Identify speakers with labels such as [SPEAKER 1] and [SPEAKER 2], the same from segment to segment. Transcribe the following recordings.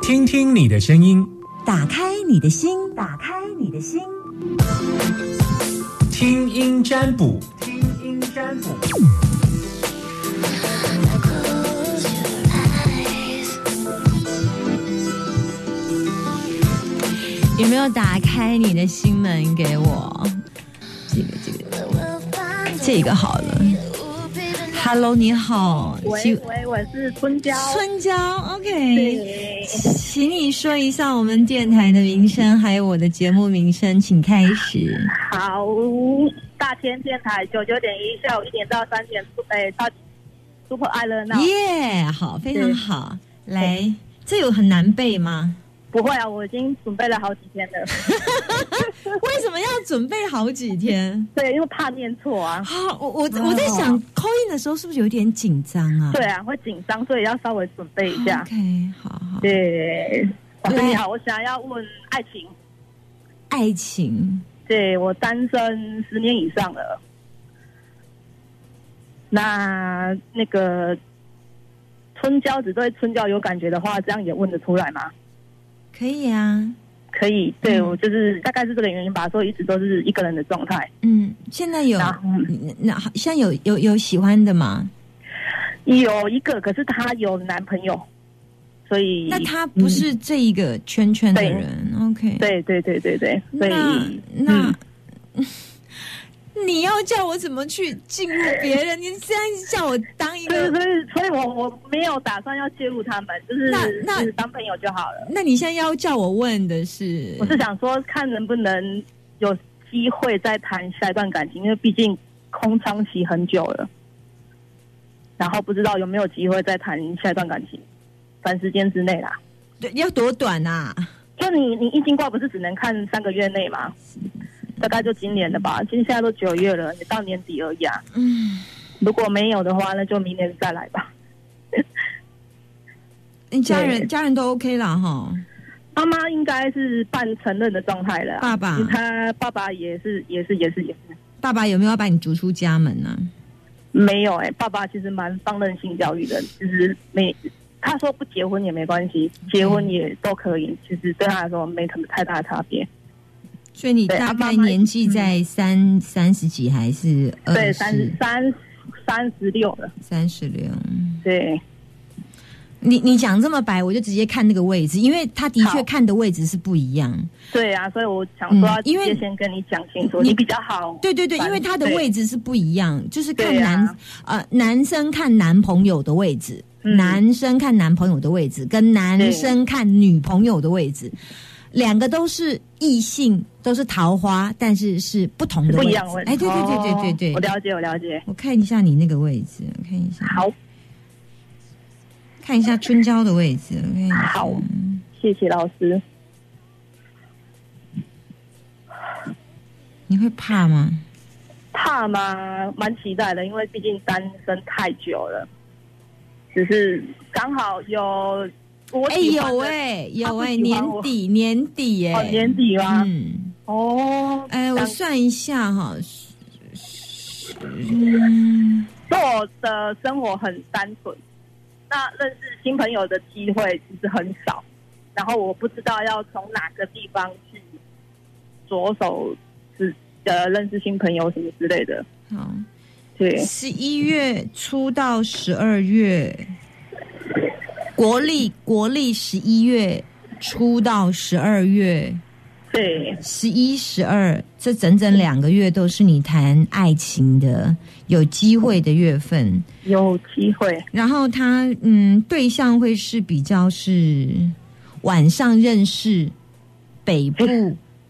[SPEAKER 1] 听听你的声音，
[SPEAKER 2] 打开你的心，打开你的心，
[SPEAKER 1] 听音占卜，听音占卜。
[SPEAKER 3] Close your eyes.
[SPEAKER 2] 有没有打开你的心门给我？这个这个
[SPEAKER 3] We'll find
[SPEAKER 2] 这个好了。
[SPEAKER 3] we'll be the
[SPEAKER 2] Hello，你好，
[SPEAKER 4] 喂
[SPEAKER 2] 请
[SPEAKER 4] 喂，我是春娇。
[SPEAKER 2] 春娇，OK，
[SPEAKER 4] 对，
[SPEAKER 2] 请你说一下我们电台的名称，还有我的节目名称，请开始。
[SPEAKER 4] 好，大千电台九九点一，下午一点到三点，哎，到 Super Island 那、
[SPEAKER 2] 耶、好，非常
[SPEAKER 4] 对
[SPEAKER 2] 好，来，这有很难背吗？
[SPEAKER 4] 不会啊，我已经准备了好几天 了。
[SPEAKER 2] 为什么要准备好几天？
[SPEAKER 4] 对，因为怕念错啊。
[SPEAKER 2] 啊，我我我在想扣印的时候是不是有点紧张啊？
[SPEAKER 4] 对啊，会紧张，所以要稍微准备一下。
[SPEAKER 2] ，OK，好好。
[SPEAKER 4] 对，老师
[SPEAKER 2] 对
[SPEAKER 4] 你好，我想要问爱情。
[SPEAKER 2] 爱情，
[SPEAKER 4] 对我单身十年以上了，那那个春娇只对春娇有感觉的话，这样也问得出来吗？
[SPEAKER 2] 可以啊，
[SPEAKER 4] 可以，对、
[SPEAKER 2] 嗯
[SPEAKER 4] 我就是大概是这个原因吧，所以一直都是一个人的状态。嗯
[SPEAKER 2] 嗯，现在有
[SPEAKER 4] 然后
[SPEAKER 2] 那那现在有有有喜欢的吗？
[SPEAKER 4] 有一个，可是她有男朋友，所以
[SPEAKER 2] 那他不、
[SPEAKER 4] 嗯
[SPEAKER 2] 是这一个圈圈的人，OK？，
[SPEAKER 4] 对对对对对，所
[SPEAKER 2] 那
[SPEAKER 4] 以
[SPEAKER 2] 那、
[SPEAKER 4] 嗯
[SPEAKER 2] 你要叫我怎么去进入别人？ 你这样叫我当一
[SPEAKER 4] 对，
[SPEAKER 2] 个，
[SPEAKER 4] 所以所以我我没有打算要介入他们，就是
[SPEAKER 2] 那那
[SPEAKER 4] 就是当朋友就好了。
[SPEAKER 2] 那你现在要叫我问的是，
[SPEAKER 4] 我是想说，看能不能有机会再谈下一段感情，因为毕竟空窗期很久了，然后不知道有没有机会再谈下一段感情，短时间之内啦。
[SPEAKER 2] 对要多短啊？
[SPEAKER 4] 就你你易经卦不是只能看三个月内吗？大概就今年的吧，今现在都九月了，也到年底而已啊。
[SPEAKER 2] 嗯，
[SPEAKER 4] 如果没有的话，那就明年再来吧。
[SPEAKER 2] 你家人
[SPEAKER 4] 对
[SPEAKER 2] 家人都 OK 啦哈，
[SPEAKER 4] 妈妈应该是半承认的状态了
[SPEAKER 2] 爸
[SPEAKER 4] 啊，
[SPEAKER 2] 爸
[SPEAKER 4] 他爸爸也是也是也是也是
[SPEAKER 2] 爸爸有没有要把你逐出家门啊呢、
[SPEAKER 4] 没有哎、爸爸其实蛮放任性教育的，其实没他说不结婚也没关系，结婚也都可以，其实对他来说没什么太大的差别。
[SPEAKER 2] 所以你
[SPEAKER 4] 对
[SPEAKER 2] 大概
[SPEAKER 4] 啊妈妈
[SPEAKER 2] 年纪在三三十几还是二
[SPEAKER 4] 对，
[SPEAKER 2] 十
[SPEAKER 4] 三十三三十六了，
[SPEAKER 2] 三十六？
[SPEAKER 4] 对
[SPEAKER 2] 你你讲这么白，我就直接看那个位置，因为他的确
[SPEAKER 4] 好
[SPEAKER 2] 看的位置是不一样。
[SPEAKER 4] 对啊，所以我想
[SPEAKER 2] 嗯
[SPEAKER 4] 说要直
[SPEAKER 2] 因为
[SPEAKER 4] 接先跟你讲清楚，
[SPEAKER 2] 你
[SPEAKER 4] 你比较好。
[SPEAKER 2] 对对对，
[SPEAKER 4] 反
[SPEAKER 2] 因为他的
[SPEAKER 4] 对
[SPEAKER 2] 位置是不一样，就是看
[SPEAKER 4] 对啊
[SPEAKER 2] 男、呃男生看男朋友的位置，
[SPEAKER 4] 嗯
[SPEAKER 2] 男生看男朋友的位置，跟男生看女朋友的位置，两个都是异性，都是桃花，但是是不同的
[SPEAKER 4] 不
[SPEAKER 2] 位
[SPEAKER 4] 一
[SPEAKER 2] 置
[SPEAKER 4] 样的问。题。
[SPEAKER 2] 哎，对对对对对
[SPEAKER 4] 哦
[SPEAKER 2] 对，
[SPEAKER 4] 我了解，我了解。
[SPEAKER 2] 我看一下你那个位置，我看一下，
[SPEAKER 4] 好，
[SPEAKER 2] 看一下春娇的位置，我看一下。
[SPEAKER 4] 好
[SPEAKER 2] 嗯
[SPEAKER 4] 谢谢老师。
[SPEAKER 2] 你会怕吗？
[SPEAKER 4] 怕吗？蛮期待的，因为毕竟单身太久了。只是刚好有我
[SPEAKER 2] 哎、
[SPEAKER 4] 喜欢
[SPEAKER 2] 有
[SPEAKER 4] 的
[SPEAKER 2] 哎、有哎、
[SPEAKER 4] 他不喜
[SPEAKER 2] 年
[SPEAKER 4] 欢我
[SPEAKER 2] 底年底哎、
[SPEAKER 4] 哦年底吗？
[SPEAKER 2] 嗯，
[SPEAKER 4] 哦，
[SPEAKER 2] 哎、我
[SPEAKER 4] 想
[SPEAKER 2] 算一下哈，嗯，
[SPEAKER 4] 所以我的生活很单纯，那认识新朋友的机会其实很少，然后我不知道要从哪个地方去着手是呃认识新朋友什么之类的。
[SPEAKER 2] 好，
[SPEAKER 4] 对，
[SPEAKER 2] 十一月初到十二月，国历国历十一月初到十二月，
[SPEAKER 4] 对，
[SPEAKER 2] 十一十二这整整两个月都是你谈爱情的有机会的月份。
[SPEAKER 4] 有机会。
[SPEAKER 2] 然后他嗯，对象会是比较是晚上认识，北部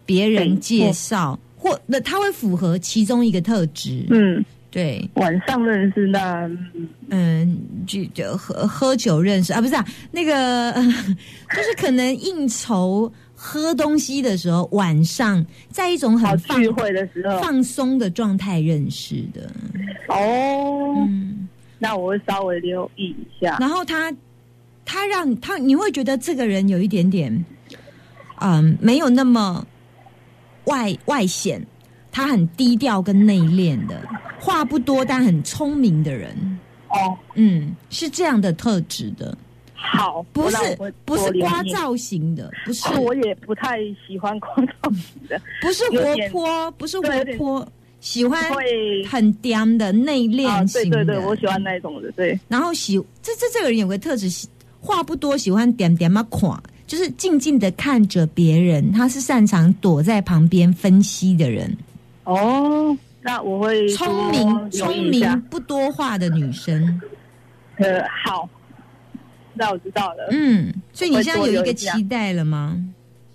[SPEAKER 2] 别人介绍，或那他会符合其中一个特质，
[SPEAKER 4] 嗯，
[SPEAKER 2] 对，
[SPEAKER 4] 晚上认识那嗯
[SPEAKER 2] 嗯，就就喝喝酒认识啊，不是啊，那个 就是可能应酬喝东西的时候，晚上在一种
[SPEAKER 4] 好
[SPEAKER 2] 很放
[SPEAKER 4] 聚会的时候
[SPEAKER 2] 放松的状态认识的，
[SPEAKER 4] 哦，
[SPEAKER 2] 嗯。
[SPEAKER 4] 那我会稍微留意一下。
[SPEAKER 2] 然后他他让他你会觉得这个人有一点点，嗯，没有那么外外显，他很低调跟内敛的，话不多但很聪明的人，
[SPEAKER 4] 哦，
[SPEAKER 2] 嗯，是这样的特质的。
[SPEAKER 4] 好，
[SPEAKER 2] 不
[SPEAKER 4] 我
[SPEAKER 2] 是
[SPEAKER 4] 让我会
[SPEAKER 2] 不
[SPEAKER 4] 多
[SPEAKER 2] 是
[SPEAKER 4] 留
[SPEAKER 2] 刮
[SPEAKER 4] 念
[SPEAKER 2] 造型的，不是
[SPEAKER 4] 啊我也不太喜欢 光头的，
[SPEAKER 2] 不是
[SPEAKER 4] 有
[SPEAKER 2] 活
[SPEAKER 4] 点
[SPEAKER 2] 泼，不是
[SPEAKER 4] 对
[SPEAKER 2] 活
[SPEAKER 4] 有点
[SPEAKER 2] 泼，喜欢
[SPEAKER 4] 会
[SPEAKER 2] 很嗲的内
[SPEAKER 4] 啊，
[SPEAKER 2] 敛
[SPEAKER 4] 对
[SPEAKER 2] 型的。
[SPEAKER 4] 对对，我喜欢那一种的，对，
[SPEAKER 2] 然后喜这这这个人有个特质，喜话不多，喜欢点点嘛垮，就是静静的看着别人，他是擅长躲在旁边分析的人，
[SPEAKER 4] 哦，那我会多
[SPEAKER 2] 聪明
[SPEAKER 4] 留
[SPEAKER 2] 聪
[SPEAKER 4] 意一下
[SPEAKER 2] 明，不多话的女生。
[SPEAKER 4] 呃，好，那我知道了，
[SPEAKER 2] 嗯，所以你
[SPEAKER 4] 会
[SPEAKER 2] 现在
[SPEAKER 4] 多
[SPEAKER 2] 有一
[SPEAKER 4] 留
[SPEAKER 2] 个
[SPEAKER 4] 意啊
[SPEAKER 2] 期待了吗？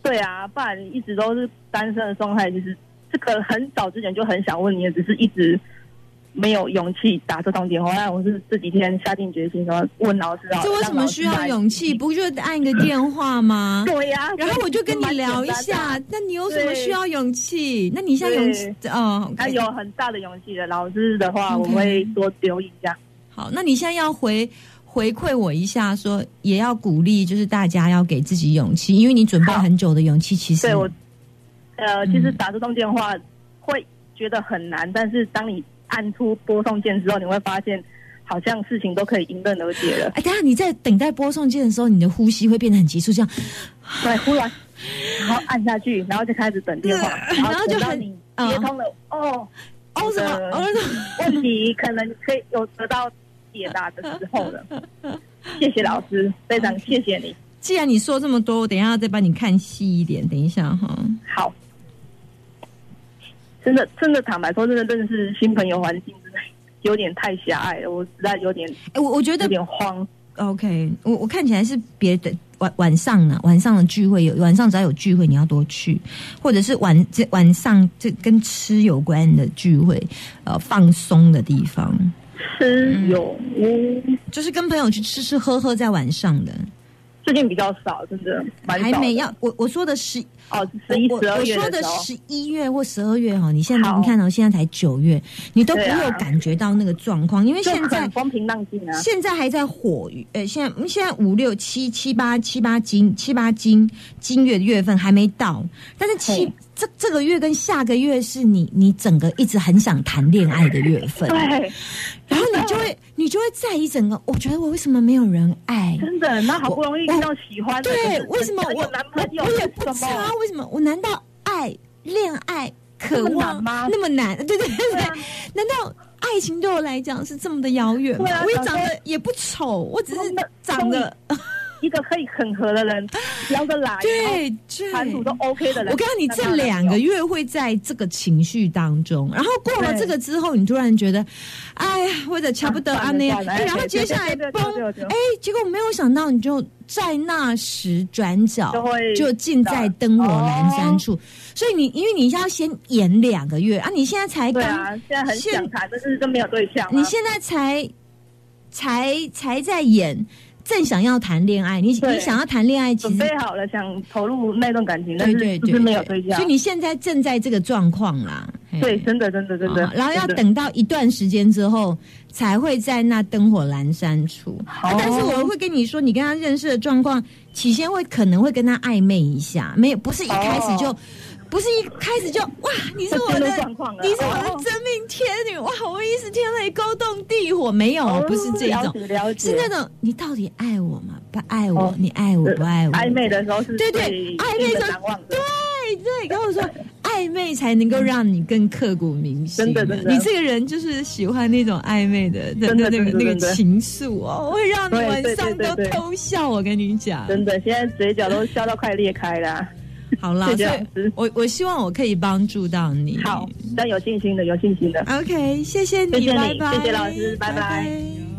[SPEAKER 4] 对啊，不然一直都是单身的状态，就是这个很早之前就很想问你，只是一直没有勇气打这通电话。那我是这几天下定决心说问老师啊，
[SPEAKER 2] 这为什么需要勇气？
[SPEAKER 4] 让
[SPEAKER 2] 不就按个电话吗
[SPEAKER 4] 老师来？对呀、
[SPEAKER 2] 然后我就跟你聊一下，那你有什么需要勇气？那你现在勇气哦，OK，
[SPEAKER 4] 他有很大的勇气的。老师的话，我
[SPEAKER 2] OK
[SPEAKER 4] 会多留意一下。
[SPEAKER 2] 好，那你现在要回回馈我一下说也要鼓励，就是大家要给自己勇气，因为你准备
[SPEAKER 4] 好
[SPEAKER 2] 很久的勇气，其实
[SPEAKER 4] 对我，呃，其实
[SPEAKER 2] 嗯
[SPEAKER 4] 打这通电话会觉得很难，但是当你按出拨送键之后，你会发现好像事情都可以迎刃而解了。
[SPEAKER 2] 哎，等一下你在等待播送键的时候，你的呼吸会变得很急促，这样
[SPEAKER 4] 对，忽然，然后按下去，然后就开始等电话，
[SPEAKER 2] 对然后就
[SPEAKER 4] 等到
[SPEAKER 2] 很嗯
[SPEAKER 4] 你接通了，哦，
[SPEAKER 2] 哦什么哦什么
[SPEAKER 4] 问题可能可以有得到解答的时候了。谢谢老师，非常谢谢你。
[SPEAKER 2] 既然你说这么多，我等一下再帮你看细一点，等一下哈。
[SPEAKER 4] 好，真的真的坦白说，真的认识新朋友环境真的有点太狭隘了，我实在有点
[SPEAKER 2] 哎，我我觉得
[SPEAKER 4] 有点慌。
[SPEAKER 2] OK，我我看起来是别的晚晚上呢、晚上的聚会有晚上只要有聚会你要多去，或者是晚这晚上这跟吃有关的聚会，呃，放松的地方，
[SPEAKER 4] 吃
[SPEAKER 2] 嗯
[SPEAKER 4] 有无，
[SPEAKER 2] 就是跟朋友去吃吃喝喝在晚上的，
[SPEAKER 4] 最近比较少，真的蛮少
[SPEAKER 2] 还
[SPEAKER 4] 的。
[SPEAKER 2] 没要我我说的十
[SPEAKER 4] 哦，
[SPEAKER 2] 我
[SPEAKER 4] 十一
[SPEAKER 2] 我
[SPEAKER 4] 十二
[SPEAKER 2] 我
[SPEAKER 4] 月
[SPEAKER 2] 说的
[SPEAKER 4] 时候，
[SPEAKER 2] 十一月或十二月哈，你现在
[SPEAKER 4] 好
[SPEAKER 2] 你看到、现在才九月，你都不
[SPEAKER 4] 对啊
[SPEAKER 2] 会有感觉到那个状况，因为
[SPEAKER 4] 就
[SPEAKER 2] 现在
[SPEAKER 4] 很风平浪静啊。
[SPEAKER 2] 现在还在火，呃，现在嗯现在五六七七八七八金七八金金月的月份还没到，但是七
[SPEAKER 4] 嘿
[SPEAKER 2] 这这个月跟下个月是你你整个一直很想谈恋爱的月份，
[SPEAKER 4] 对，
[SPEAKER 2] 然后你就会你就会在意整个，我觉得我为什么没有人爱？
[SPEAKER 4] 真的，那好不容易遇到喜欢的，可
[SPEAKER 2] 对
[SPEAKER 4] 是，
[SPEAKER 2] 为什么
[SPEAKER 4] 有
[SPEAKER 2] 我
[SPEAKER 4] 男
[SPEAKER 2] 我
[SPEAKER 4] 朋友
[SPEAKER 2] 我也不
[SPEAKER 4] 为
[SPEAKER 2] 知
[SPEAKER 4] 什
[SPEAKER 2] 道
[SPEAKER 4] 么
[SPEAKER 2] 为什么？我难道爱恋爱渴
[SPEAKER 4] 那么
[SPEAKER 2] 望
[SPEAKER 4] 难吗
[SPEAKER 2] 那么难？对对对对
[SPEAKER 4] 对啊，
[SPEAKER 2] 难道爱情对我来讲是这么的遥远吗
[SPEAKER 4] 对啊？
[SPEAKER 2] 我也
[SPEAKER 4] 早
[SPEAKER 2] 长
[SPEAKER 4] 说
[SPEAKER 2] 得也不丑，我只是
[SPEAKER 4] 那
[SPEAKER 2] 长得
[SPEAKER 4] 一个可以很合的人，聊得来，
[SPEAKER 2] 对对，
[SPEAKER 4] 然后谈吐都 OK 的人。
[SPEAKER 2] 我告诉你，
[SPEAKER 4] 那当
[SPEAKER 2] 这
[SPEAKER 4] 然
[SPEAKER 2] 两个
[SPEAKER 4] 有
[SPEAKER 2] 月会在这个情绪当中，然后过了
[SPEAKER 4] 对
[SPEAKER 2] 这个之后，你突然觉得，哎呀，或者瞧不得啊
[SPEAKER 4] 算了
[SPEAKER 2] 那样，
[SPEAKER 4] 算了
[SPEAKER 2] 哎然后
[SPEAKER 4] 对
[SPEAKER 2] 接下来
[SPEAKER 4] 对对对
[SPEAKER 2] 崩
[SPEAKER 4] 对对，对
[SPEAKER 2] 哎，结果没有想到，你就在那时转角
[SPEAKER 4] 就会
[SPEAKER 2] 就近在灯火阑珊处，所以你因为你要先演两个月啊，你现在才
[SPEAKER 4] 对
[SPEAKER 2] 刚
[SPEAKER 4] 啊，现在很想谈，但是都没有对象啊。
[SPEAKER 2] 你现在才才才在演，正想要谈恋爱，你
[SPEAKER 4] 对
[SPEAKER 2] 你想要谈恋爱，其
[SPEAKER 4] 准
[SPEAKER 2] 实
[SPEAKER 4] 备好了，想投入那段感情，但
[SPEAKER 2] 对对
[SPEAKER 4] 是就
[SPEAKER 2] 对，
[SPEAKER 4] 是没有
[SPEAKER 2] 对
[SPEAKER 4] 对象
[SPEAKER 2] 所以。你现在正在这个状况啦。嘿
[SPEAKER 4] 对，真的，真的，真的
[SPEAKER 2] 嗯啊。然后要
[SPEAKER 4] 真的，
[SPEAKER 2] 等到一段时间之后，才会在那灯火阑珊处。啊但是我会跟你说，你跟他认识的状况，起先会可能会跟他暧昧一下，没有，不是一开始就，
[SPEAKER 4] 哦
[SPEAKER 2] 不是一开始就哇，你是我
[SPEAKER 4] 会
[SPEAKER 2] 的
[SPEAKER 4] 进入状况，了
[SPEAKER 2] 你是我的
[SPEAKER 4] 哦
[SPEAKER 2] 真命天女，哇，我一时天雷勾动地火，没有，不是这
[SPEAKER 4] 哦
[SPEAKER 2] 种，
[SPEAKER 4] 了解了解
[SPEAKER 2] 是那种你到底爱我吗？不爱我
[SPEAKER 4] 哦，呃
[SPEAKER 2] 你爱我不爱我？
[SPEAKER 4] 暧昧的时候是
[SPEAKER 2] 对对
[SPEAKER 4] 最
[SPEAKER 2] 暧昧的时候
[SPEAKER 4] 难忘的
[SPEAKER 2] 对。对，跟我说暧昧才能够让你更刻骨铭心啊。
[SPEAKER 4] 真的真的
[SPEAKER 2] 你这个人就是喜欢那种暧昧的，的
[SPEAKER 4] 真
[SPEAKER 2] 那
[SPEAKER 4] 的
[SPEAKER 2] 那个
[SPEAKER 4] 真
[SPEAKER 2] 那
[SPEAKER 4] 的
[SPEAKER 2] 个
[SPEAKER 4] 真的
[SPEAKER 2] 情愫哦，会让你
[SPEAKER 4] 对
[SPEAKER 2] 晚
[SPEAKER 4] 对对
[SPEAKER 2] 上
[SPEAKER 4] 对
[SPEAKER 2] 都
[SPEAKER 4] 对
[SPEAKER 2] 偷笑。我跟你讲，
[SPEAKER 4] 真的，现在嘴角都笑到快裂开了啊。
[SPEAKER 2] 好啦，
[SPEAKER 4] 谢谢
[SPEAKER 2] 所
[SPEAKER 4] 老
[SPEAKER 2] 以
[SPEAKER 4] 师
[SPEAKER 2] 我我希望我可以帮助到你。
[SPEAKER 4] 好，但有信心的，有信心的。
[SPEAKER 2] ，OK，谢谢你，
[SPEAKER 4] 谢谢
[SPEAKER 2] 拜
[SPEAKER 4] 你
[SPEAKER 2] 拜，
[SPEAKER 4] 谢谢老师拜拜
[SPEAKER 2] 拜